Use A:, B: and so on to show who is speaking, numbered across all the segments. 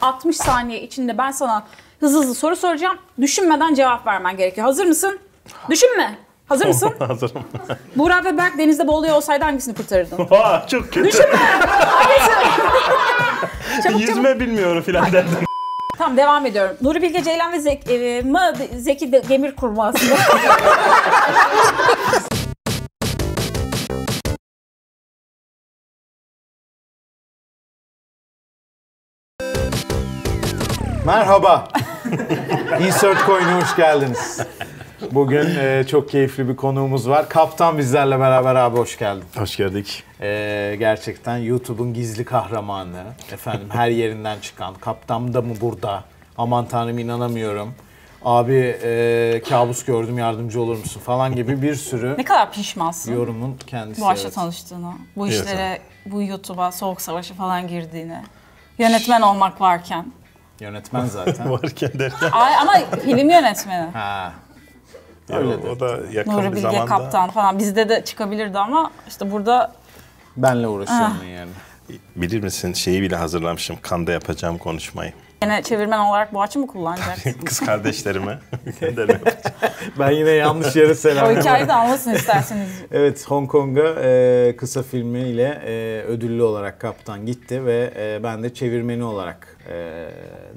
A: 60 saniye içinde ben sana hızlı hızlı soru soracağım. Düşünmeden cevap vermen gerekiyor. Hazır mısın? Düşünme. Hazır mısın?
B: Hazırım.
A: Burak ve Berk denizde boğuluyor olsaydı hangisini kurtarırdın?
B: Aa, çok kötü.
A: çabuk çabuk.
B: Yüzme bilmiyorum filan derdim.
A: Tamam devam ediyorum. Nuri Bilge Ceylan ve Zek, e, Ma- Zeki de- Demirkurmu aslında.
C: Merhaba. Insert Coin'e hoş geldiniz. Bugün e, çok keyifli bir konuğumuz var. Kaptan bizlerle beraber abi hoş geldin.
B: Hoş geldik.
C: E, gerçekten YouTube'un gizli kahramanı. Efendim her yerinden çıkan. Kaptan da mı burada? Aman tanrım inanamıyorum. Abi e, kabus gördüm yardımcı olur musun falan gibi bir sürü
A: ne kadar pişmansın
C: yorumun kendisi.
D: bu aşla
C: evet.
D: tanıştığını, bu
B: Evet,
D: işlere, bu YouTube'a, Soğuk Savaş'a falan girdiğini, yönetmen olmak varken.
C: Yönetmen zaten.
B: Varken derken.
D: Ay, ama film yönetmeni.
C: ha.
B: Öyle
C: Öyle de.
B: o da yakın
D: Nuri
B: bir
D: Bilge
B: zamanda.
D: Kaptan falan bizde de çıkabilirdi ama işte burada
C: Benle uğraşıyorsun yani.
B: Bilir misin şeyi bile hazırlamışım. Kanda yapacağım konuşmayı.
D: yine çevirmen olarak Boğaç'ı mı kullanacaksın?
B: Kız kardeşlerime gönderme yapacağım.
C: Ben yine yanlış yere selam
D: o
C: verdim.
D: hikayeyi de anlasın isterseniz.
C: Evet Hong Kong'a e, kısa filmiyle e, ödüllü olarak kaptan gitti ve e, ben de çevirmeni olarak e,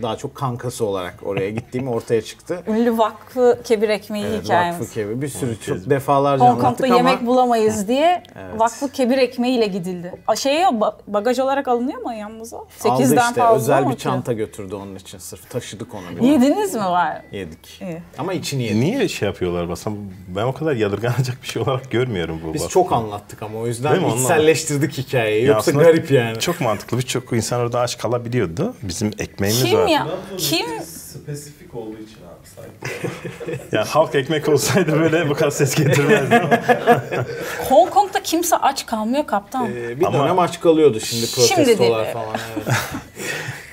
C: daha çok kankası olarak oraya gittiğim ortaya çıktı.
D: Ünlü Vakfı Kebir Ekmeği hikayemiz.
C: Vakfı Kevi bir sürü çok defalarca
D: Hong
C: anlattık
D: Kong'da
C: ama
D: yemek bulamayız diye Vakfı Kebir Ekmeği ile gidildi. A, Şeye ba- bagaj olarak alınıyor mu yanımıza?
C: aldı
D: 8'den
C: işte
D: fazla
C: özel
D: mı
C: bir
D: ki?
C: çanta götürdü onun için sırf taşıdık onu bile.
D: Yediniz mi var?
C: Yedik.
D: İyi.
C: Ama içini yedik.
B: Niye şey yapıyorlar basam? Ben o kadar yadırganacak bir şey olarak görmüyorum bu.
C: Biz
B: bak-
C: çok anlattık ama o yüzden
B: Değil mi? Onlar-
C: içselleştirdik hikayeyi.
B: Ya
C: Yoksa
B: aslında
C: garip yani.
B: Çok mantıklı. Birçok insan orada aç kalabiliyordu. Bizim ekmeğimiz
D: Kim
B: vardı.
D: ya? Kim
E: Spesifik olduğu için abi sanki.
B: Ya halk ekmek olsaydı böyle bu kadar ses getirmezdi.
D: Hong Kong'da kimse aç kalmıyor kaptan.
C: Ee, bir
B: Ama-
C: dönem aç kalıyordu şimdi
D: Şimdi
C: protestolar
D: dedi.
C: falan. Evet.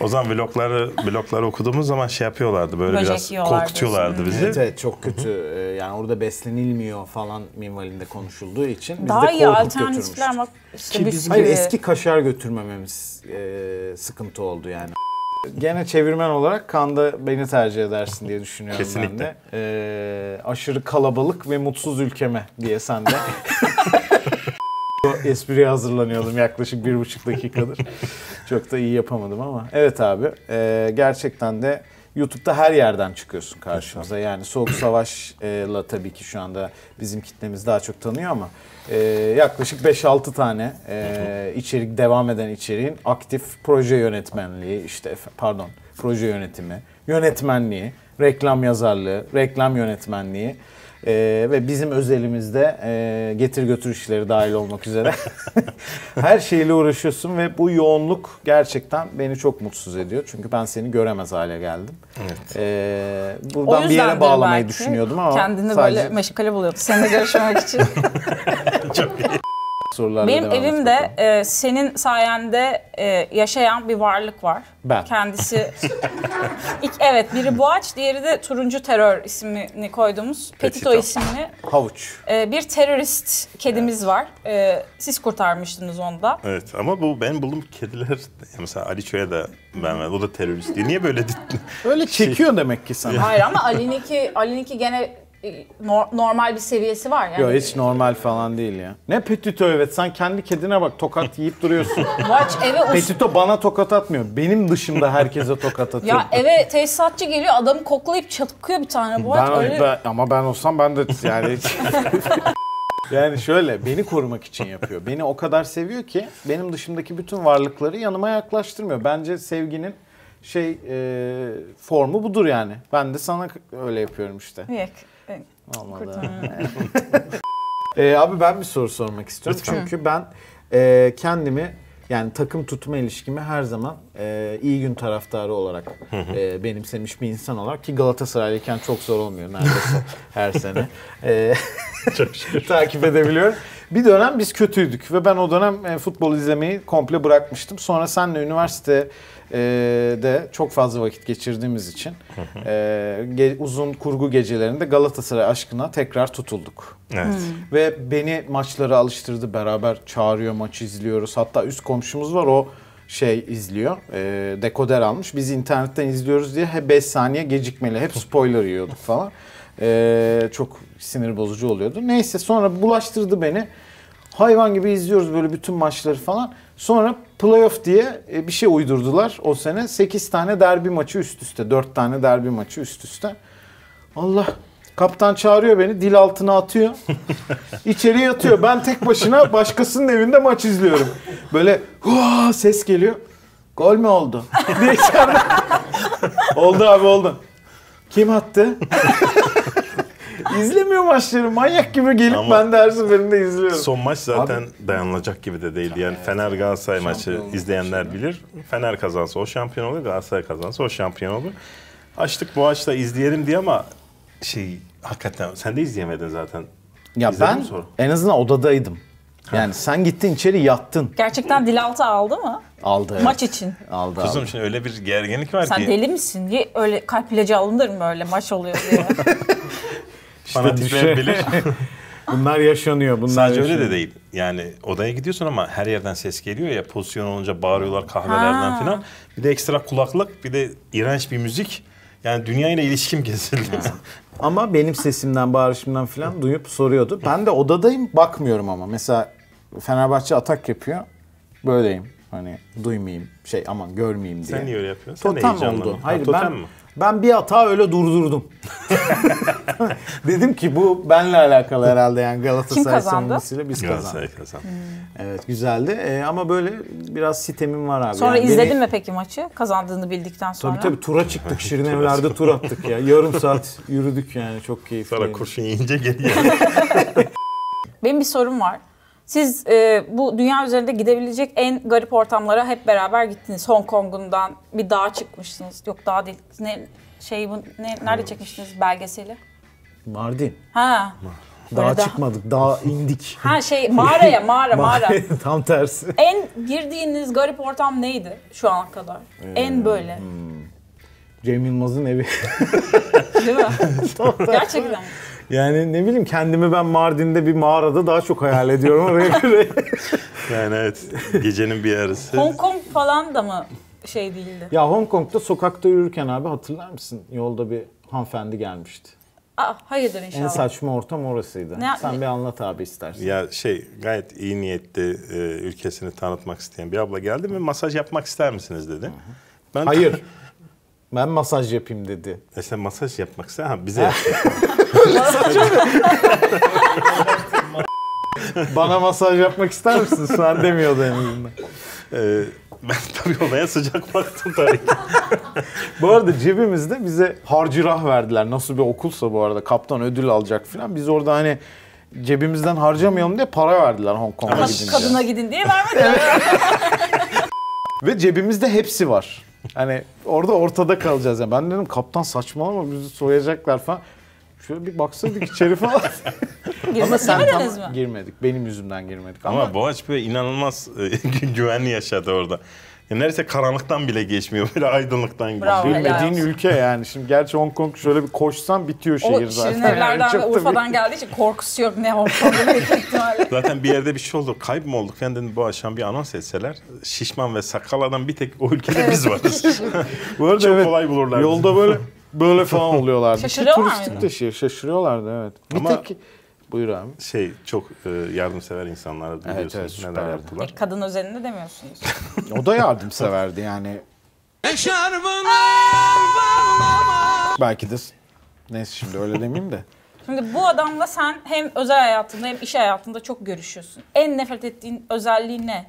B: o zaman vlogları blogları okuduğumuz zaman şey yapıyorlardı böyle
D: Böcek
B: biraz
D: yiyorlar
B: korkutuyorlardı bizi.
C: Evet, evet çok kötü. Ee, yani orada beslenilmiyor falan minvalinde konuşulduğu için biz
D: Daha
C: de
D: iyi
C: korkup
D: alternatifler
C: götürmüştük.
D: var. İşte bisküvi.
C: Hayır eski kaşar götürmememiz e, sıkıntı oldu yani. Gene çevirmen olarak Kanda beni tercih edersin diye düşünüyorum ben de.
B: Kesinlikle.
C: Ee, aşırı kalabalık ve mutsuz ülkeme diye sen de. Bu Espriye hazırlanıyordum yaklaşık bir buçuk dakikadır. Çok da iyi yapamadım ama. Evet abi e, gerçekten de YouTube'da her yerden çıkıyorsun karşımıza. Yani Soğuk Savaş'la tabii ki şu anda bizim kitlemiz daha çok tanıyor ama e, yaklaşık 5-6 tane e, içerik devam eden içeriğin aktif proje yönetmenliği işte efe- pardon proje yönetimi, yönetmenliği, reklam yazarlığı, reklam yönetmenliği e, ve bizim özelimizde e, getir götür işleri dahil olmak üzere her şeyle uğraşıyorsun ve bu yoğunluk gerçekten beni çok mutsuz ediyor. Çünkü ben seni göremez hale geldim. E, buradan bir yere
D: yüzdendir
C: bağlamayı
D: belki.
C: düşünüyordum ama
D: Kendini
C: sadece
D: böyle meşgale buluyordu seninle görüşmek için.
C: sorularla
D: Benim
C: devam et
D: evimde
C: bakalım.
D: e, senin sayende e, yaşayan bir varlık var.
C: Ben.
D: Kendisi... İk, evet biri Boğaç, diğeri de Turuncu Terör ismini koyduğumuz Petito,
B: Petito.
D: isimli
C: havuç.
D: e, bir terörist kedimiz var. E, siz kurtarmıştınız onu da.
B: Evet ama bu ben buldum kediler ya mesela Ali Çoya da ben o da terörist diyor. Niye böyle dedin?
C: Öyle çekiyor demek ki sana.
D: Hayır ama Ali'ninki Ali'ninki gene e, nor- normal bir seviyesi var yani.
C: Yok hiç normal falan değil ya. Ne petito evet sen kendi kedine bak tokat yiyip duruyorsun.
D: Boğaç eve us-
C: petito bana tokat atmıyor. Benim dışımda herkese tokat atıyor.
D: Ya eve tesisatçı geliyor adamı koklayıp çatkıyor bir tane bu
C: ben,
D: at öyle.
C: ben- ama ben olsam ben de yani yani şöyle beni korumak için yapıyor. Beni o kadar seviyor ki benim dışımdaki bütün varlıkları yanıma yaklaştırmıyor. Bence sevginin şey e, formu budur yani. Ben de sana öyle yapıyorum işte.
D: Yok.
A: e,
C: Olmadı. Ee, abi ben bir soru sormak istiyorum. Çünkü ben e, kendimi yani takım tutma ilişkimi her zaman e, iyi gün taraftarı olarak e, benimsemiş bir insan olarak ki Galatasaraylıyken çok zor olmuyor neredeyse her sene. E, takip edebiliyorum. Bir dönem biz kötüydük ve ben o dönem e, futbol izlemeyi komple bırakmıştım. Sonra senle üniversite e, de çok fazla vakit geçirdiğimiz için e, ge- uzun kurgu gecelerinde Galatasaray aşkına tekrar tutulduk.
B: Evet.
C: Hmm. Ve beni maçlara alıştırdı. Beraber çağırıyor, maç izliyoruz. Hatta üst komşumuz var o şey izliyor. E, dekoder almış. Biz internetten izliyoruz diye hep 5 saniye gecikmeli. Hep spoiler yiyorduk falan. E, çok sinir bozucu oluyordu. Neyse sonra bulaştırdı beni. Hayvan gibi izliyoruz böyle bütün maçları falan. Sonra playoff diye e, bir şey uydurdular o sene. 8 tane derbi maçı üst üste. 4 tane derbi maçı üst üste. Allah kaptan çağırıyor beni dil altına atıyor. İçeriye yatıyor. Ben tek başına başkasının evinde maç izliyorum. Böyle "Hua!" ses geliyor. Gol mü oldu? diye içeride. oldu abi oldu. Kim attı? İzlemiyor maçları. Manyak gibi gelip
B: Ama-
C: ben de her seferinde izliyorum.
B: Son maç zaten dayanılacak gibi de değildi. Yani Fener Galatasaray maçı
C: Şampiyonluk
B: izleyenler bilir. Fener kazansa o şampiyon olur, Galatasaray kazansa o şampiyon olur. Açtık bu açta izleyelim diye ama şey hakikaten sen de izleyemedin zaten.
C: ya
B: İzledin
C: ben
B: mi sonra?
C: en azından odadaydım. Yani sen gittin içeri yattın.
A: Gerçekten Dilaltı aldı mı?
C: Aldı. evet.
A: Maç için.
C: Aldı. aldı.
B: Kızım şimdi öyle bir gerginlik var
A: Sen
B: ki.
A: deli misin? Niye öyle kalp ilacı alınır mı öyle maç oluyor diye?
B: fanatikler
C: düşe-
B: bilir.
C: Bunlar yaşanıyor. Bunlar
B: Sadece öyle
C: yaşanıyor.
B: de değil. Yani odaya gidiyorsun ama her yerden ses geliyor ya pozisyon olunca bağırıyorlar kahvelerden
A: Ha.
B: falan. Bir de ekstra kulaklık, bir de iğrenç bir müzik. Yani dünyayla ilişkim kesildi.
C: Ama benim sesimden, bağırışımdan falan duyup soruyordu. Ben de odadayım, bakmıyorum ama. Mesela Fenerbahçe atak yapıyor. Böyleyim. Hani duymayayım, şey aman görmeyeyim diye.
B: Sen niye öyle yapıyorsun? Sen de
C: Totem
B: heyecanlandın.
C: oldu.
B: Ha,
C: Hayır
B: totem
C: ben
B: mi?
C: ben bir hata öyle durdurdum. Dedim ki bu benle alakalı herhalde yani Galatasaray
A: Kim kazandı?
C: savunmasıyla biz kazandık.
B: Galatasaray kazandı.
C: Evet güzeldi Ee, ama böyle biraz sitemim var abi.
A: Sonra
C: Yani beni-
A: izledin mi peki maçı? Kazandığını bildikten sonra.
C: Tabii tabii tura çıktık. Şirinevler'de tur attık ya. Yarım saat yürüdük yani çok keyifli.
B: Sonra kurşun yiyince geliyor.
A: Benim bir sorum var. Siz e, bu dünya üzerinde gidebilecek en garip ortamlara hep beraber gittiniz. Hong Kong'undan bir dağa çıkmışsınız. Yok dağ değil. Ne şey bu ne nerede çekmiştiniz belgeseli?
C: Mardin.
A: Ha.
C: Dağa
A: Böyle daha-
C: çıkmadık, dağa indik.
A: Ha şey mağaraya mağara mağara.
C: Tam tersi.
A: en girdiğiniz garip ortam neydi şu ana kadar?
C: Ee,
A: en böyle.
C: hmm. Cem Yılmaz'ın evi.
A: Değil mi? Gerçekten.
C: yani ne bileyim kendimi ben Mardin'de bir mağarada daha çok hayal ediyorum oraya göre.
B: yani evet gecenin bir yarısı.
A: Hong Kong falan da mı şey değildi?
C: ya Hong Kong'da sokakta yürürken abi hatırlar mısın? Yolda bir hanımefendi gelmişti.
A: Aa, hayırdır
C: En
A: inşallah.
C: saçma ortam orasıydı.
A: Ne-
C: Sen bir anlat abi istersen.
B: Ya şey gayet iyi niyetli e, ülkesini tanıtmak isteyen bir abla geldi ve masaj yapmak ister misiniz dedi. Ben
C: Hayır. Ben masaj yapayım dedi.
B: E sen masaj yapmak ister ha bize yap.
C: Bana masaj yapmak ister misin? Sen demiyordu en azından.
B: E, ben tabii olaya sıcak baktım tabii ki.
C: Bu arada cebimizde bize harcırah verdiler. Nasıl bir okulsa bu arada kaptan ödül alacak falan. Biz orada hani cebimizden harcamayalım diye para verdiler Hong Kong'a
B: Ama
C: gidince.
A: Kadına gidin diye vermediler.
C: Ve cebimizde hepsi var. Hani orada ortada kalacağız. Yani ben dedim kaptan saçmalama bizi soyacaklar falan. Şöyle bir baksaydık içeri falan.
A: Girdiniz, girmediniz mi?
C: girmedik. Benim yüzümden girmedik. Ama,
B: Ama Boğaç böyle inanılmaz e, gü- güvenli yaşadı orada. Ya neredeyse karanlıktan bile geçmiyor. Böyle aydınlıktan geçiyor.
A: Bravo. Helal
C: bilmediğin
A: olsun.
C: ülke yani. Şimdi gerçi Hong Kong şöyle bir koşsan bitiyor şehir
A: O
C: zaten.
A: şirin
C: Yani
A: evlerden
C: çok
A: ve
C: da
A: Urfa'dan geldiği için korkusu yok ne Hong Kong'da büyük ihtimalle.
B: Zaten bir yerde bir şey oldu. Kayıp mı olduk? Yani dedim bu akşam bir anons etseler şişman ve sakal adam bir tek o ülkede biz varız.
C: Bu arada
B: Çok
C: evet,
B: kolay bulurlar bizi.
C: Yolda böyle böyle falan oluyorlardı.
A: Şaşırıyorlar
C: Şu turistik
A: mıydı?
C: de şehir. Şaşırıyorlardı evet. Bir
B: Ama-
C: tek buyur abi.
B: şey çok e, yardımsever insanlar biliyorsunuz
C: evet,
B: neler
C: süperlerdi.
B: yaptılar.
A: Kadın özelini demiyorsunuz.
C: O da yardımseverdi yani. Belki de neyse şimdi öyle demeyeyim de.
A: Şimdi bu adamla sen hem özel hayatında hem iş hayatında çok görüşüyorsun. En nefret ettiğin özelliği ne?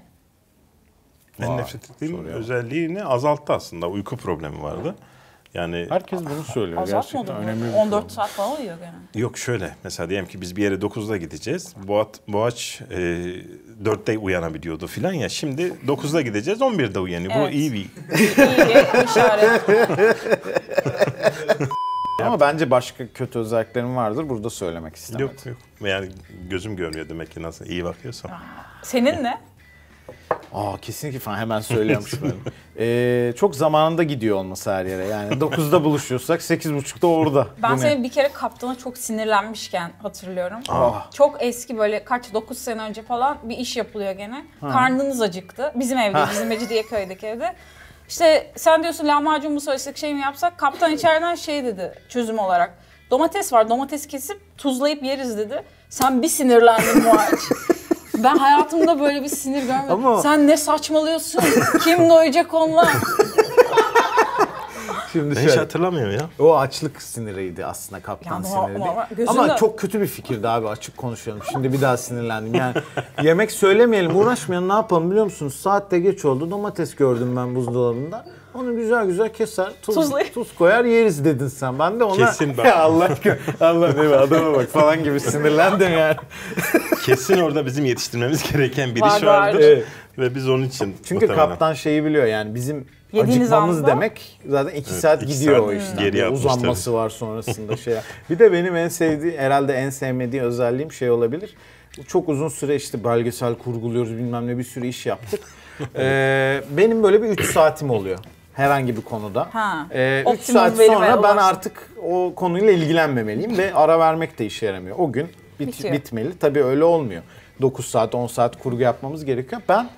B: En nefret ettiğim özelliğini azalttı aslında. Uyku problemi vardı. Yani
C: Herkes bunu söylüyor
A: Azaltmadı
C: gerçekten. Önemli bir
A: mı?
C: sorun.
A: 14 saat falan uyuyor gene.
B: yok şöyle mesela diyelim ki biz bir yere 9'da gideceğiz. Boğat, Boğaç e, 4'te uyanabiliyordu filan ya. Şimdi 9'da gideceğiz 11'de uyanıyor. Bu
A: Evet.
B: iyi bir
A: İyi bir işaret.
C: Ama bence başka kötü özelliklerim vardır. Burada söylemek istemedim.
A: Ah.
B: Yok yok. Yani gözüm görmüyor demek ki nasıl iyi bakıyorsam.
A: Senin ne?
C: Aa kesinlikle falan hemen söylüyormuş ben. Ee, çok zamanında gidiyor olması her yere. Yani 9'da buluşuyorsak 8.30'da orada.
A: Ben
C: Değil mi?
A: seni bir kere kaptana çok sinirlenmişken hatırlıyorum.
C: Ah.
A: Çok eski böyle kaç 9 sene önce falan bir iş yapılıyor gene. Karnınız acıktı. Bizim evde, bizim Mecidiyeköy'deki evde. İşte sen diyorsun lahmacun mu söylesek şey mi yapsak? Kaptan içeriden şey dedi çözüm olarak. Domates var domates kesip tuzlayıp yeriz dedi. Sen bir sinirlendin Muharrem. Ben hayatımda böyle bir sinir görmedim.
C: Ama-
A: Sen ne saçmalıyorsun? Kim doyacak onlar?
C: Şimdi
B: Ben hiç
C: şöyle.
B: hatırlamıyorum ya.
C: O açlık siniriydi aslında
A: Ya
C: kaptan
A: bu-
C: siniri.
A: bu-
C: değil.
A: gözünde-
C: Ama çok kötü bir fikirdi abi açık konuşuyorum. Şimdi bir daha sinirlendim. Yani yemek söylemeyelim uğraşmayalım ne yapalım biliyor musunuz? Saatte geç oldu domates gördüm ben buzdolabında. Onu güzel güzel keser, tuz,
A: Tuzlayıp.
C: tuz koyar yeriz dedin sen. Ben de ona
B: Kesin bak.
C: ya Allah gö- Allah değil mi? adama bak falan gibi sinirlendim yani.
B: Kesin orada bizim yetiştirmemiz gereken bir
A: Var,
B: iş
A: var.
B: vardır.
C: Evet.
B: Ve biz onun için
C: Çünkü
B: muhtemelen-
C: kaptan şeyi biliyor yani bizim
A: Yediğiniz
C: acıkmamız
A: anda-
C: demek zaten iki saat
B: iki
C: gidiyor
B: saat
C: o işten.
B: geriye
C: Bir
B: atmış
C: Uzanması var sonrasında şey. Bir de benim en sevdiği herhalde en sevmediği özelliğim şey olabilir. Çok uzun süre işte belgesel kurguluyoruz bilmem ne bir sürü iş yaptık. Ee, benim böyle bir 3 saatim oluyor herhangi bir konuda.
A: Ha.
C: 3
A: Optimum
C: saat
A: verime
C: sonra ben
A: ulaştın.
C: artık o konuyla ilgilenmemeliyim ve ara vermek de işe yaramıyor. O gün bit-
A: Bitiyor.
C: bitmeli. Tabii öyle olmuyor. 9 saat 10 saat kurgu yapmamız gerekiyor. Ben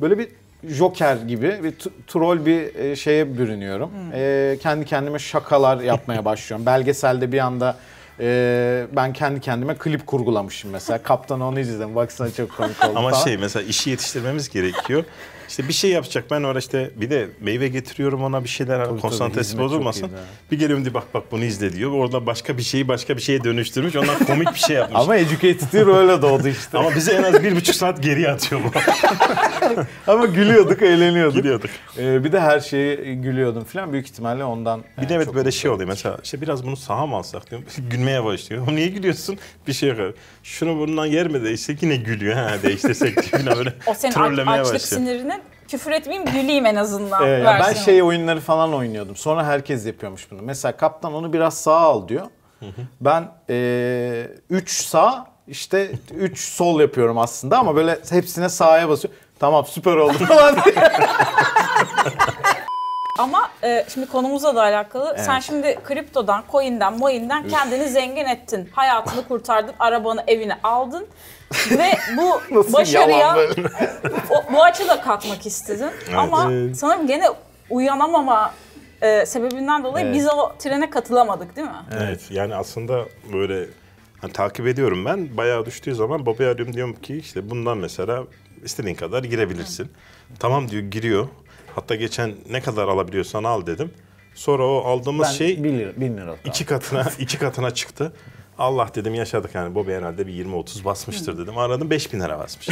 C: böyle bir Joker gibi bir t- troll bir e, şeye bürünüyorum. E, kendi kendime şakalar yapmaya başlıyorum. Belgeselde bir anda e, ben kendi kendime klip kurgulamışım mesela. Kaptan onu izledim. Baksana çok komik oldu
B: Ama
C: falan.
B: şey mesela işi yetiştirmemiz gerekiyor. İşte bir şey yapacak ben orada işte bir de meyve getiriyorum ona bir şeyler konsantresi
C: hizmet çok
B: bozulmasın.
C: iyiydi ha.
B: Bir geliyorum diye bak bak bunu izle diyor. Orada başka bir şeyi başka bir şeye dönüştürmüş. Ondan komik bir şey yapmış. Ama,
C: Ama Educated'dir öyle doğdu işte.
B: bizi en az bir buçuk saat geriye atıyor bu.
C: Ama gülüyorduk, eğleniyorduk.
B: Gidiyorduk.
C: Ee, bir de her şeye gülüyordum falan. Büyük ihtimalle ondan.
B: Bir de evet böyle şey oluyor mesela işte biraz bunu saha mı alsak diyorum. Gülmeye başlıyor. Niye gülüyorsun? Bir şey yok. Şunu bundan yer mi değişsek yine gülüyor. Ha değiştirsek diye falan böyle
A: O senin aç-
B: trollemeye
A: açlık
B: başlıyor.
A: sinirinin küfür etmeyeyim güleyim en azından.
C: Ee, ya ben
A: versiyonu.
C: şey oyunları falan oynuyordum. Sonra herkes yapıyormuş bunu. Mesela kaptan onu biraz sağa al diyor. Ben 3 sağ işte 3 sol yapıyorum aslında ama böyle hepsine sağa basıyorum. Tamam süper oldu falan diye.
A: Ama e, şimdi konumuzla da alakalı. Sen şimdi kriptodan, coin'den, moin'den kendini zengin ettin. Hayatını kurtardın, arabanı, evini aldın. Ve bu
C: Nasıl
A: başarıya
C: yalan böyle?
A: o, bu açıda katmak istedin. Ama sanırım gene uyanamama e, sebebinden dolayı
C: Evet.
A: biz o trene katılamadık değil mi?
B: Evet yani aslında böyle hani takip ediyorum ben. Bayağı düştüğü zaman babaya arıyorum diyorum ki işte bundan mesela istediğin kadar girebilirsin. Tamam diyor giriyor. Hatta geçen ne kadar alabiliyorsan al dedim. Sonra o aldığımız
C: Ben
B: şey
C: 1 lira, 1000 lira.
B: iki katına iki katına çıktı. Allah dedim yaşadık yani Bobby herhalde bir 20-30 basmıştır dedim. Aradım 5000 lira basmış.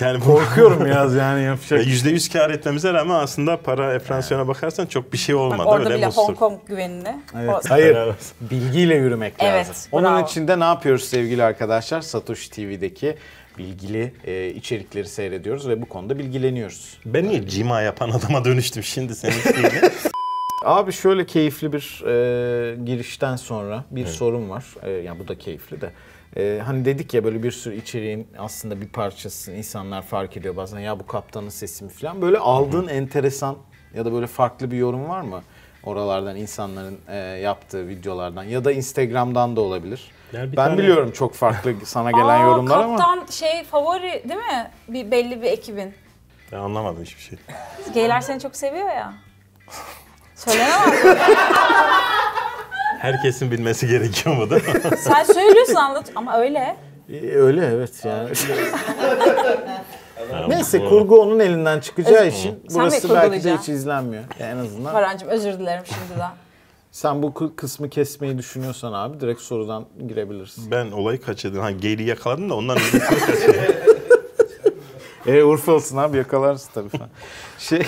B: yani bu
C: Korkuyorum biraz yani yapacak. şey
B: %100 kar etmemize rağmen aslında para enflasyona bakarsan çok bir şey olmadı.
A: Bak orada
B: Öyle
A: bile
B: mutsuz.
A: Hong Kong güvenli. O-
C: Evet, hayır. Bilgiyle yürümek
A: Evet,
C: lazım. Onun
A: bravo.
C: için de ne yapıyoruz sevgili arkadaşlar? Satoshi TV'deki bilgili e, içerikleri seyrediyoruz ve bu konuda bilgileniyoruz.
B: Ben niye cima yapan adama dönüştüm şimdi senin şeyine?
C: Abi şöyle keyifli bir e, girişten sonra bir sorum var. E, yani bu da keyifli de. E, hani dedik ya böyle bir sürü içeriğin aslında bir parçası insanlar fark ediyor bazen. Ya bu kaptanın sesi mi falan. Böyle aldığın enteresan ya da böyle farklı bir yorum var mı? Oralardan insanların e, yaptığı videolardan ya da Instagram'dan da olabilir.
B: Yani bir
C: ben
B: tane-
C: biliyorum çok farklı sana gelen
A: Aa,
C: yorumlar ama.
A: kaptan şey favori değil mi? Bir belli bir ekibin.
B: Ben anlamadım hiçbir şey.
A: Geyler seni çok seviyor ya. Söylenemez.
B: Herkesin bilmesi gerekiyor mu değil mi?
A: Sen söylüyorsun anlat ama öyle.
C: E, öyle evet yani. Neyse
B: Bu-
C: kurgu onun elinden çıkacağı için
A: Sen de
C: burası belki de hiç
A: kurgulayacaksın.
C: izlenmiyor. En azından
A: Parancım özür dilerim şimdiden.
C: Sen bu kı- kısmı kesmeyi düşünüyorsan abi direkt sorudan girebilirsin.
B: Ben olayı kaçırdım. Ha geri yakaladım da ondan
C: E Urfa olsun abi yakalarsın tabii falan. Şey...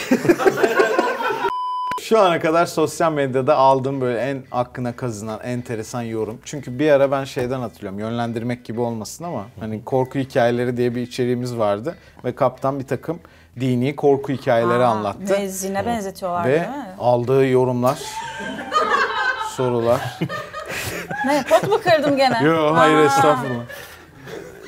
C: Şu ana kadar sosyal medyada aldığım böyle en aklına kazınan enteresan yorum. Çünkü bir ara ben şeyden hatırlıyorum yönlendirmek gibi olmasın ama hani korku hikayeleri diye bir içeriğimiz vardı. Ve kaptan bir takım dini korku hikayeleri anlattı.
A: Müezzine benzetiyorlar
C: Ve
A: değil mi?
C: aldığı yorumlar, sorular.
A: Ne pot mu kırdım gene?
C: Yok hayır
A: Aa,
C: estağfurullah.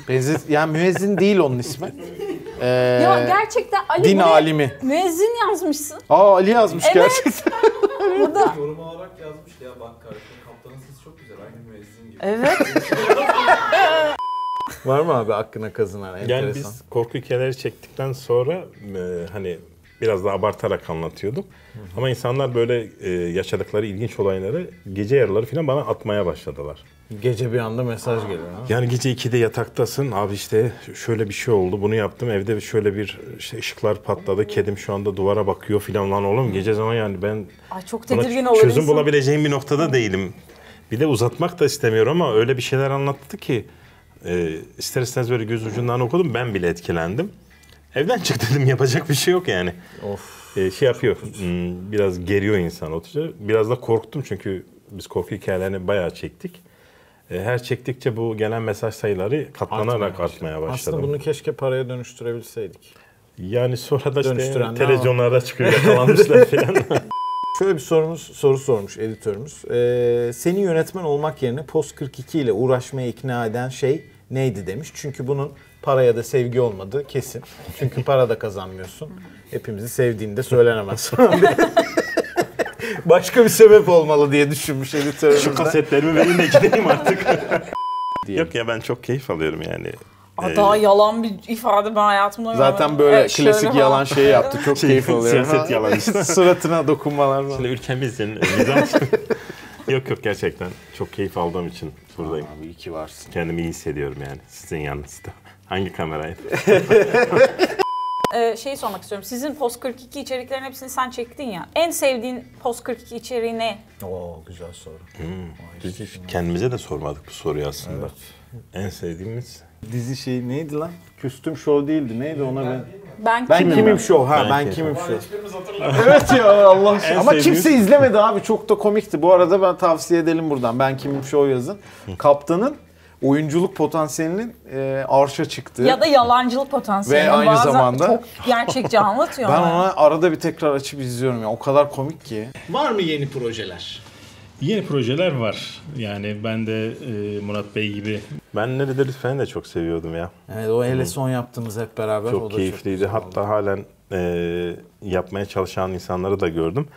C: Benzet, yani müezzin değil onun ismi. Ee, Ee,
D: Ya gerçekten Ali
C: din
D: buraya
C: alimi.
D: müezzin yazmışsın.
C: Aa Ali yazmış gerçekten.
D: Burada.
E: Yorum olarak yazmış ya bak kardeşim kaptanın sesi çok güzel aynı müezzin gibi.
D: Evet.
C: Var mı abi hakkına kazınan
B: Yani
C: enteresan?
B: biz korku hikayeleri çektikten sonra e, hani biraz daha abartarak anlatıyordum. Ama insanlar böyle e, yaşadıkları ilginç olayları gece yarıları falan bana atmaya başladılar.
C: Gece bir anda mesaj geliyor. Ha?
B: Yani gece 2'de yataktasın abi işte şöyle bir şey oldu bunu yaptım evde şöyle bir işte ışıklar patladı kedim şu anda duvara bakıyor filan lan oğlum gece zaman yani ben
D: Ay çok
B: buna
D: tedirgin olur
B: çözüm
D: insan.
B: bulabileceğim bir noktada değilim. Bir de uzatmak da istemiyorum ama öyle bir şeyler anlattı ki e, ister istemez böyle göz ucundan okudum ben bile etkilendim. Evden çık dedim yapacak bir şey yok yani. E, şey yapıyor hmm, biraz geriyor insan oturuyor. Biraz da korktum çünkü biz korku hikayelerini bayağı çektik. E, her çektikçe bu gelen mesaj sayıları katlanarak artmaya başladı.
C: Aslında bunu keşke paraya dönüştürebilseydik.
B: Yani sonra da işte
C: Dönüştürenler var.
B: televizyonlarda çıkıyor yakalanmışlar falan.
C: Şöyle bir sorumuz, soru sormuş editörümüz. Ee, seni yönetmen olmak yerine Post 42 ile uğraşmaya ikna eden şey neydi demiş. Çünkü bunun paraya da sevgi olmadığı kesin. Çünkü para da kazanmıyorsun. Hepimizi sevdiğinde söylenemez. Başka bir sebep olmalı diye düşünmüş editörümüz.
B: Şu
C: de.
B: kasetlerimi verin de gideyim artık.
C: Diyelim.
B: Yok ya ben çok keyif alıyorum yani.
D: Aa, daha yalan bir ifade ben hayatımda görmedim.
C: Ee, Zaten böyle
D: Evet, şöyle
C: klasik
D: falan.
C: yalan şeyi yaptı. Çok
B: Şey,
C: keyif alıyorum.
B: siyaset yalan işte.
C: Suratına dokunmalar falan.
B: Şimdi ülkemizin nizam... yok yok gerçekten çok keyif aldığım için buradayım.
C: Abi iyi ki varsın.
B: Kendimi iyi hissediyorum yani sizin yanınızda. Hangi kameraydı?
D: Ee, şeyi sormak istiyorum. Sizin Post 42 içeriklerin hepsini sen çektin ya. En sevdiğin Post 42 içeriği ne?
C: Oo güzel soru.
B: Biz hiç kendimize de sormadık bu soruyu aslında. En sevdiğimiz
C: Dizi şey neydi lan? Küstüm Show değildi. Neydi ona ben?
D: Ben,
C: Ben
D: kimim?
C: kimim, show? Ha ben,
B: Ben kimim.
C: kimim show?
E: Hiçbirimiz hatırlamıyor.
C: Evet ya Allah aşkına.
B: En
C: Ama
B: sevdiğim-
C: kimse izlemedi abi. Çok da komikti. Bu arada ben tavsiye edelim buradan. Ben kimim show yazın. Kaptanın oyunculuk potansiyelinin e, arşa çıktığı.
D: Ya da yalancılık potansiyeli.
C: Ve aynı
D: Bazen
C: zamanda-
D: çok gerçekçi anlatıyor.
C: ben
D: ama.
C: ona arada bir tekrar açıp izliyorum ya. O kadar komik ki.
F: Yeni projeler var. Yani ben de e, Murat Bey gibi
B: Ben Nerede Lütfen'i de çok seviyordum ya.
C: Evet o hele son yaptığımız hep beraber.
B: Çok keyifliydi. Hatta halen e, yapmaya çalışan insanları da gördüm.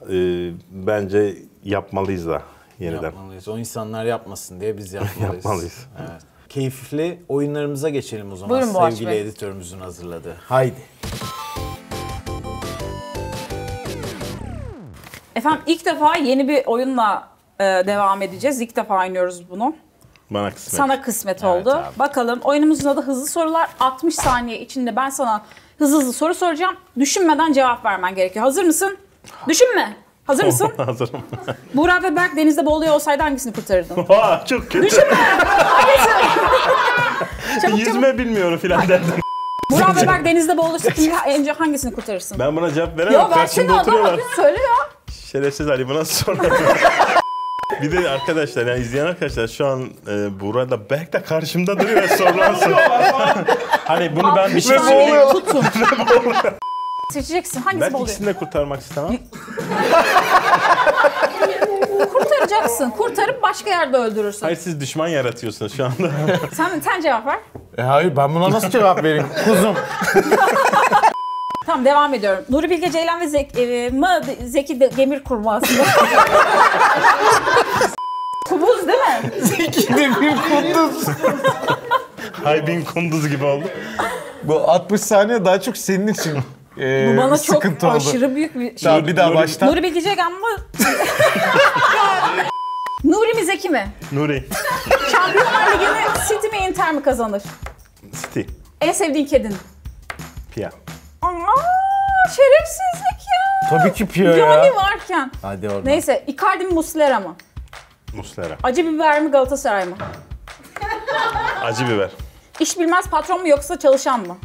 B: E, bence yapmalıyız da yeniden.
C: Yapmalıyız. O insanlar yapmasın diye biz yapmalıyız.
B: Yapmalıyız.
C: Evet. Keyifli oyunlarımıza geçelim o zaman.
D: Buyurun Boğaç
C: Sevgili
D: Bey.
C: editörümüzün hazırladığı. Haydi.
A: Efendim ilk defa yeni bir oyunla e, devam edeceğiz. İlk defa oynuyoruz bunu.
B: Bana kısmet.
A: Sana kısmet oldu. Bakalım oyunumuzun adı hızlı sorular. 60 saniye içinde ben sana hızlı hızlı soru soracağım. Düşünmeden cevap vermen gerekiyor. Hazır mısın? Düşünme. Hazır mısın?
B: Hazırım.
A: Burak ve Berk denizde boğuluyor olsaydı hangisini kurtarırdın?
B: Aa, çok kötü.
A: çabuk çabuk.
B: Yüzme bilmiyorum filan derdim.
A: Burak ve Berk denizde boğulursa önce hangisini kurtarırsın?
B: Ben buna cevap veremem.
A: Ya versene
B: Karşımda
A: adam
B: oturuyorlar.
A: hakkını söyle ya.
B: Şerefsiz Ali buna sormadım. Bir de arkadaşlar yani izleyen arkadaşlar şu an e, burada Berk de karşımda duruyor ve sorulansın. hani bunu ben bir şey
A: Altmış
B: söyleyeyim.
A: saniye tutun. Seçeceksin hangisi
B: Berk
A: boğuluyor?
B: şey ikisini de kurtarmak istemem.
A: Kurtaracaksın. Kurtarıp başka yerde öldürürsün.
B: Hayır siz düşman yaratıyorsunuz şu anda.
A: Sen, sen cevap ver.
C: E hayır ben buna nasıl cevap vereyim kuzum?
A: Tamam devam ediyorum. Nuri Bilge Ceylan ve Zek, e, mı Zeki de, Demir kurması. Kubuz değil mi?
B: Haybin kunduz gibi oldu.
C: Bu 60 saniye daha çok senin için e,
A: Bu bana çok
C: sıkıntı oldu.
A: aşırı büyük bir şey.
C: Tamam, bir daha
B: Nuri-
C: baştan.
A: Nuri Bilge Ceylan mı? Nuri mi Zeki mi?
B: Nuri.
A: Şampiyonlar Ligi'ni City mi Inter mi kazanır?
B: City.
A: En sevdiğin kedin?
B: Pia.
A: Aa şerefsizlik ya.
C: Tabii ki Pio ya.
A: Yani varken.
C: Hadi oradan.
A: Neyse Icardi mi Muslera mı?
B: Muslera.
A: Acı biber mi Galatasaray mı?
B: Acı biber.
A: İş bilmez patron mu yoksa çalışan mı?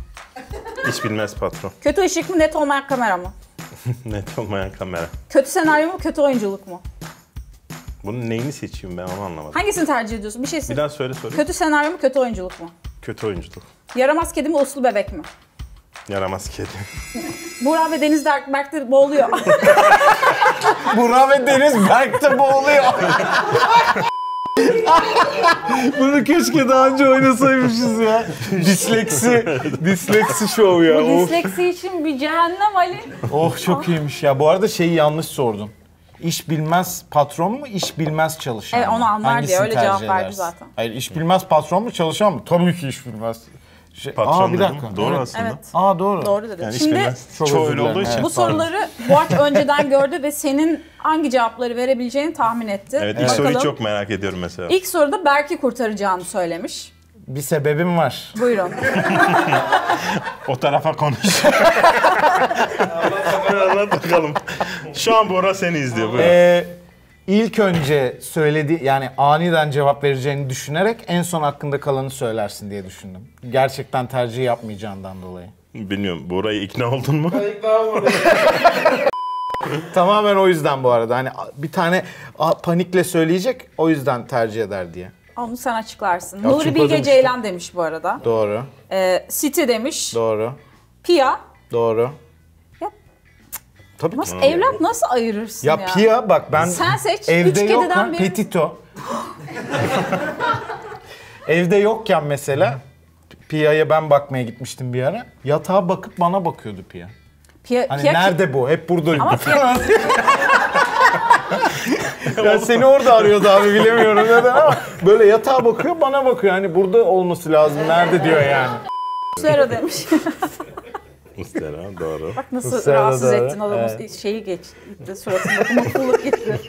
B: Hiç bilmez patron.
A: Kötü ışık mı net olmayan kamera mı?
B: Net olmayan kamera.
A: Kötü senaryo mu, kötü oyunculuk mu?
B: Bunun neyini seçeyim ben onu anlamadım.
A: Hangisini tercih ediyorsun? Bir şey
B: Bir daha söyle soruyu.
A: Kötü senaryo mu, kötü oyunculuk mu?
B: Kötü oyunculuk.
A: Yaramaz kedi mi, uslu bebek mi?
B: Yaramaz kedi.
A: Burak ve Deniz Berk, Berk'te boğuluyor.
C: Burak ve Deniz Berk'te boğuluyor. Bunu keşke daha önce oynasaymışız ya. Disleksi, disleksi show ya.
D: Bu
C: Of,
D: disleksi için bir cehennem Ali.
C: oh
A: Ah.
C: çok iyiymiş ya. Bu arada şeyi yanlış sordun. İş bilmez patron mu, iş bilmez çalışan
A: Evet,
C: mı?
A: onu anlar
C: Hangisini
A: diye öyle
C: tercih
A: cevap verdi
C: edersin?
A: zaten.
C: Hayır, iş bilmez patron mu, çalışan mı? Tabii ki iş bilmez. Şey,
B: Patron
C: aa bir
B: dedim.
C: dakika.
B: Doğru
C: Evet.
B: aslında.
C: Aa doğru.
A: Doğru dedin.
B: Yani
A: Şimdi
B: Şimdi
C: Çok
B: çoğu
C: özür
B: öyle
C: dilerim,
B: olduğu için.
A: bu soruları Boğaç önceden gördü ve senin hangi cevapları verebileceğini tahmin etti.
B: Evet, ilk soruyu çok merak ediyorum mesela.
A: İlk soruda Berk'i kurtaracağını söylemiş.
C: Bir sebebim var.
A: Buyurun.
B: O tarafa konuş. Anlat bakalım. Şu an Bora seni izliyor. Buyurun.
C: Ee, ilk önce söyledi yani aniden cevap vereceğini düşünerek en son hakkında kalanı söylersin diye düşündüm. Gerçekten tercih yapmayacağından dolayı.
B: Bilmiyorum Bora'yı ikna oldun mu?
E: Ben ikna olmadım.
C: Tamamen o yüzden bu arada hani a- bir tane a- panikle söyleyecek o yüzden tercih eder diye.
A: Onu sen açıklarsın.
C: Ya,
A: Nuri
C: çırpadım
A: Bilge
C: işte.
A: Ceylan demiş bu arada.
C: Doğru.
A: Ee, City demiş.
C: Doğru.
A: Pia.
C: Doğru.
A: Ya.
C: Tabii ki.
A: Nasıl, evlat nasıl ayırırsın ya?
C: Ya Pia bak ben
A: Sen seç.
C: evde
A: Üç kediden
C: yokken
A: birini-
C: Petito. evde yokken mesela Pia'ya ben bakmaya gitmiştim bir ara. Yatağa bakıp bana bakıyordu Pia.
A: Pia,
C: Hani
A: Pia ki-
C: nerede bu? Hep buradayım.
A: Ama Pia,
C: ya seni orada arıyordu abi bilemiyorum neden ama böyle yatağa bakıyor bana bakıyor. Hani burada olması lazım. Nerede diyor yani.
A: Sera demiş.
B: Mustera doğru.
A: Nasıl
C: Sera
A: rahatsız
C: doğru,
A: ettin adamı şeyi geç. Gitti, suratındaki mutluluk gitti.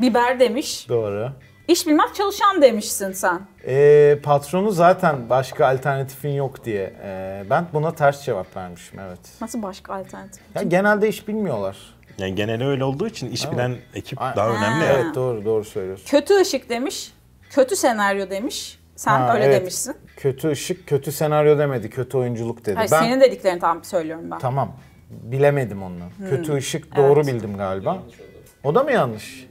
A: Biber demiş.
C: Doğru.
A: İş bilmez çalışan demişsin sen.
C: Ee, patronu zaten başka alternatifin yok diye. ee, ben buna ters cevap vermişim evet.
A: Nasıl başka alternatif?
C: Ya genelde iş bilmiyorlar.
B: Yani genel öyle olduğu için iş bilen ekip
C: Aynen.
B: daha önemli ya.
C: Evet doğru doğru söylüyorsun.
A: Kötü ışık demiş. Kötü senaryo demiş. Sen
C: Ha,
A: öyle
C: evet.
A: demişsin.
C: Kötü ışık, kötü senaryo demedi. Kötü oyunculuk dedi.
A: Hayır,
C: ben
A: senin dediklerini tam söylüyorum ben.
C: tamam bilemedim onu.
A: Hmm.
C: Kötü ışık doğru bildim galiba. O da mı yanlış?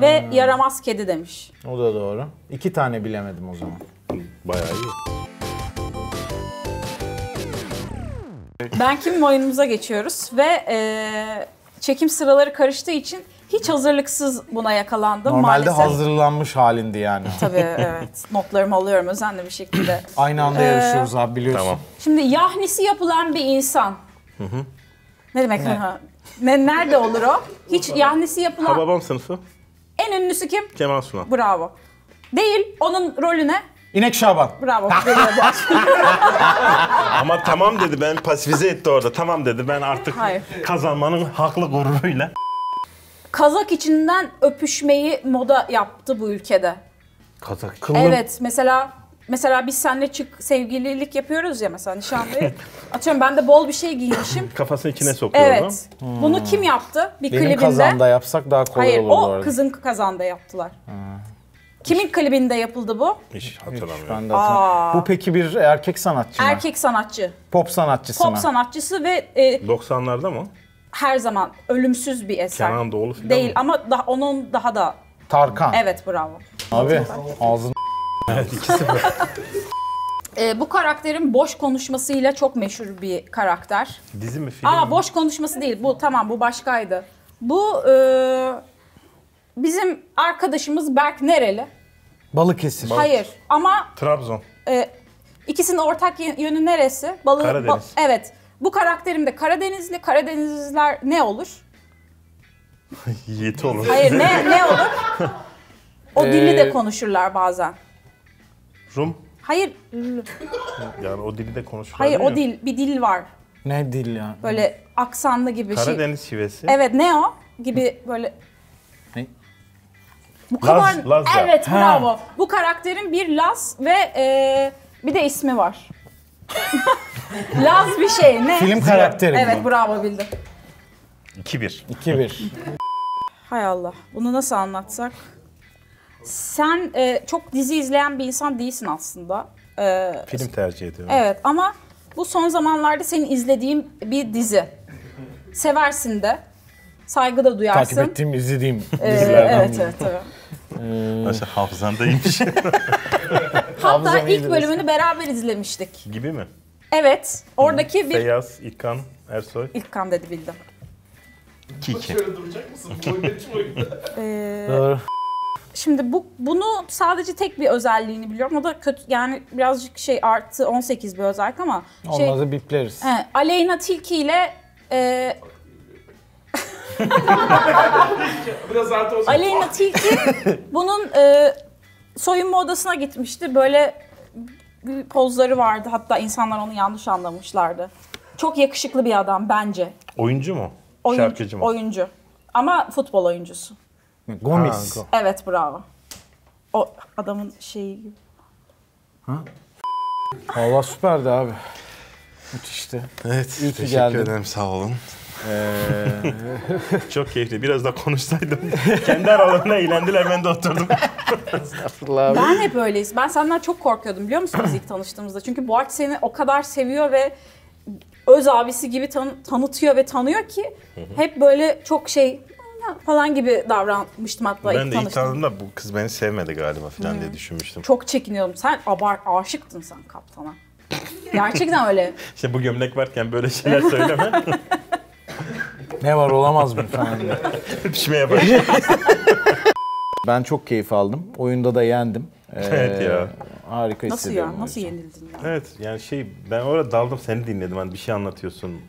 A: Ve yaramaz kedi demiş.
C: O da doğru. İki tane bilemedim o zaman.
B: Bayağı iyi.
A: Ben kimim oyunumuza geçiyoruz ve eee, çekim sıraları karıştığı için hiç hazırlıksız buna yakalandım
C: Normalde
A: maalesef.
C: hazırlanmış halindi yani.
A: Tabii evet. Notlarımı alıyorum özenli bir şekilde.
C: Aynı anda
A: Ee,
C: yarışıyoruz abi biliyorsun.
B: Tamam.
A: Şimdi yahnisi yapılan bir insan. Ne demek? Ne? ne nerede olur o? Hiç yahnisi yapılan
B: Hababam sınıfı
A: en ünlüsü kim?
B: Kemal Sunal.
A: Bravo. Değil onun rolüne
C: İnek Şaban.
A: bravo. Bravo.
B: Ama tamam dedi ben pasifize etti orada. Tamam dedi ben artık
A: Hayır.
B: kazanmanın haklı gururuyla.
A: Kazak içinden öpüşmeyi moda yaptı bu ülkede.
C: Kazak. Kıllı,
A: Evet mesela mesela biz seninle çık sevgililik yapıyoruz ya mesela nişanlıyız. Atıyorum ben de bol bir şey giymişim.
B: Kafasını içine sokuyor onu.
A: evet. Bunu kim yaptı? Bir
C: Hmm. Benim
A: klibinde.
C: kazanda yapsak daha kolay
A: Hayır
C: olur bu
A: o
C: arada. Hmm.
A: kızın kazanda yaptılar. Kimin klibinde yapıldı bu?
B: Hiç
C: Hiç
B: hatırlamıyorum.
C: Ben de hatırlamıyorum. Bu peki bir erkek sanatçı mı?
A: Erkek sanatçı,
C: Pop sanatçısı
A: pop
C: mı?
A: sanatçısı ve e,
B: 90'larda mı?
A: her zaman ölümsüz bir eser.
B: Kenan Doğulu falan
A: Değil
B: mı?
A: ama daha, onun daha da
C: Tarkan.
A: evet bravo.
C: Abi ağzını
A: E, bu karakterin boş konuşmasıyla çok meşhur bir karakter.
B: Dizi mi film
A: Aa
B: mi?
A: boş konuşması değil. Bu tamam bu başkaydı. Bu e, bizim arkadaşımız Berk nereli?
C: Balıkesir.
A: Hayır ama
B: Trabzon.
A: e, ikisinin ortak y- yönü neresi? Balı,
B: Karadeniz.
A: evet. Bu karakterim de Karadenizli. Karadenizliler ne olur?
B: Yiğit olur.
A: Hayır ne ne olur? O dili de
C: Ee,
A: konuşurlar bazen.
B: Rum.
A: Hayır,
B: Yani o dili de konuşuyor.
A: hayır o dil bir dil var.
C: Ne dil ya?
A: Böyle aksanlı gibi şey.
B: Karadeniz şivesi.
A: Evet ne o? Gibi böyle
C: Ne?
A: Bu kadar
B: Laz da.
A: evet
C: Ha.
A: bravo. Bu karakterin bir Laz ve e, bir de ismi var. Laz bir şey ne?
C: Film karakteri
A: Evet
C: bu.
A: bravo bildin.
B: 2-1.
C: 2-1.
A: Hay Allah. Bunu nasıl anlatsak? Sen e, çok dizi izleyen bir insan değilsin aslında. E,
B: Film tercih ediyorum.
A: evet ama bu son zamanlarda senin izlediğin bir dizi. Seversin de. Saygı da duyarsın.
C: Takip ettiğim, izlediğim
A: E,
C: dizilerden
A: evet
C: biri.
A: evet evet.
B: Nasıl hafızandaymış
A: Hatta
C: Hafızamı
A: ilk
C: izlemesin.
A: bölümünü beraber izlemiştik.
B: gibi mi?
A: Evet. Oradaki bir
B: Beyaz, İlkan, Ersoy.
A: İlk kan dedi bildim.
B: 2-2.
E: Şöyle duracak mısın? Bu oyunda kim oyunda?
A: Ee,
C: Doğru.
A: Şimdi bu bunu sadece tek bir özelliğini biliyorum. O da kötü yani birazcık şey artı 18 bir özellik ama şey
C: Onları bipleriz.
A: He, Aleyna Tilki ile e,
E: Biraz artı olsun.
A: Aleyna Tilki bunun e, soyunma odasına gitmişti. Böyle bir pozları vardı. Hatta insanlar onu yanlış anlamışlardı. Çok yakışıklı bir adam bence.
B: Oyuncu mu?
A: Oyun-
B: Şarkıcı mı?
A: Oyuncu. Ama futbol oyuncusu.
C: Gomis.
A: Evet bravo. O adamın şeyi gibi.
C: Valla süperdi abi. Müthişti.
B: Evet.
C: İyi ki
B: teşekkür
C: geldin.
B: ederim. Sağ olun.
C: Ee,
B: Çok keyifli. Biraz daha konuşsaydım. Kendi aralarında eğlendiler. Ben de oturdum.
A: Ben hep öyleyiz. Ben senden çok korkuyordum biliyor musunuz ilk tanıştığımızda. Çünkü Boğaç seni o kadar seviyor ve öz abisi gibi tan- tanıtıyor ve tanıyor ki hep böyle çok şey falan gibi davranmıştım hatta
B: ben
A: ilk
B: de ilk
A: tanıştığımda.
B: tanıdığımda bu kız beni sevmedi galiba falan diye düşünmüştüm.
A: Çok çekiniyordum. Sen abar aşıktın sen kaptana. Gerçekten öyle.
B: İşte bu gömlek varken böyle şeyler söyleme.
C: ne var olamaz mı falan. diye.
B: Öpüşmeye başladım.
C: Ben çok keyif aldım. Oyunda da yendim. Ee,
B: Evet ya.
C: Harika
A: Nasıl
C: hissediyorum.
A: ya? Nasıl
C: o yüzden.
A: yenildin ya?
B: evet yani şey ben orada daldım seni dinledim. Hani bir şey anlatıyorsun.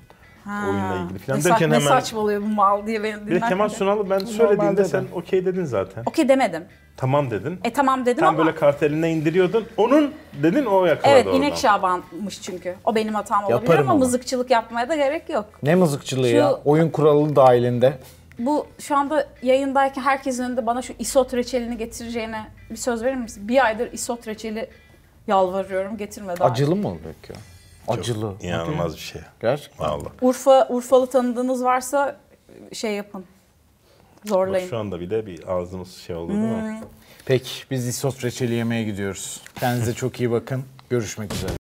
A: Ha.
B: Oyunla ilgili falan
A: ne,
B: derken
A: sa- ne
B: hemen-
A: saçmalıyor bu mal diye beni
B: Bir de
A: dinlerken
B: Kemal
A: de.
B: Sunal'ı ben söylediğimde sen okey dedin zaten.
A: Okey demedim.
B: Tamam dedin.
A: E tamam dedim
B: Tam
A: ama.
B: böyle karteline indiriyordun. Onun dedin o yakaladı
A: Evet
B: oradan.
A: inek şabanmış çünkü. O benim hatam olabilir
C: Yaparım
A: ama
C: ama.
A: mızıkçılık yapmaya da gerek yok.
C: Ne mızıkçılığı
A: Şu-
C: ya? Oyun kuralı dahilinde.
A: Bu şu anda yayındayken herkesin önünde bana şu isot reçelini getireceğine bir söz verir misin? Bir aydır isot reçeli yalvarıyorum getirmedi. hala.
C: Acılı mı oluyor ki? Acılı.
B: İnanılmaz bir şey.
C: Gerçekten.
B: Vallahi.
A: Urfa Urfalı tanıdığınız varsa şey yapın.
B: Bak
A: Zorlayın.
B: şu anda bir de bir ağzımız şey oldu değil mi?
C: Peki biz isot reçeli yemeye gidiyoruz. Kendinize çok iyi bakın. Görüşmek üzere.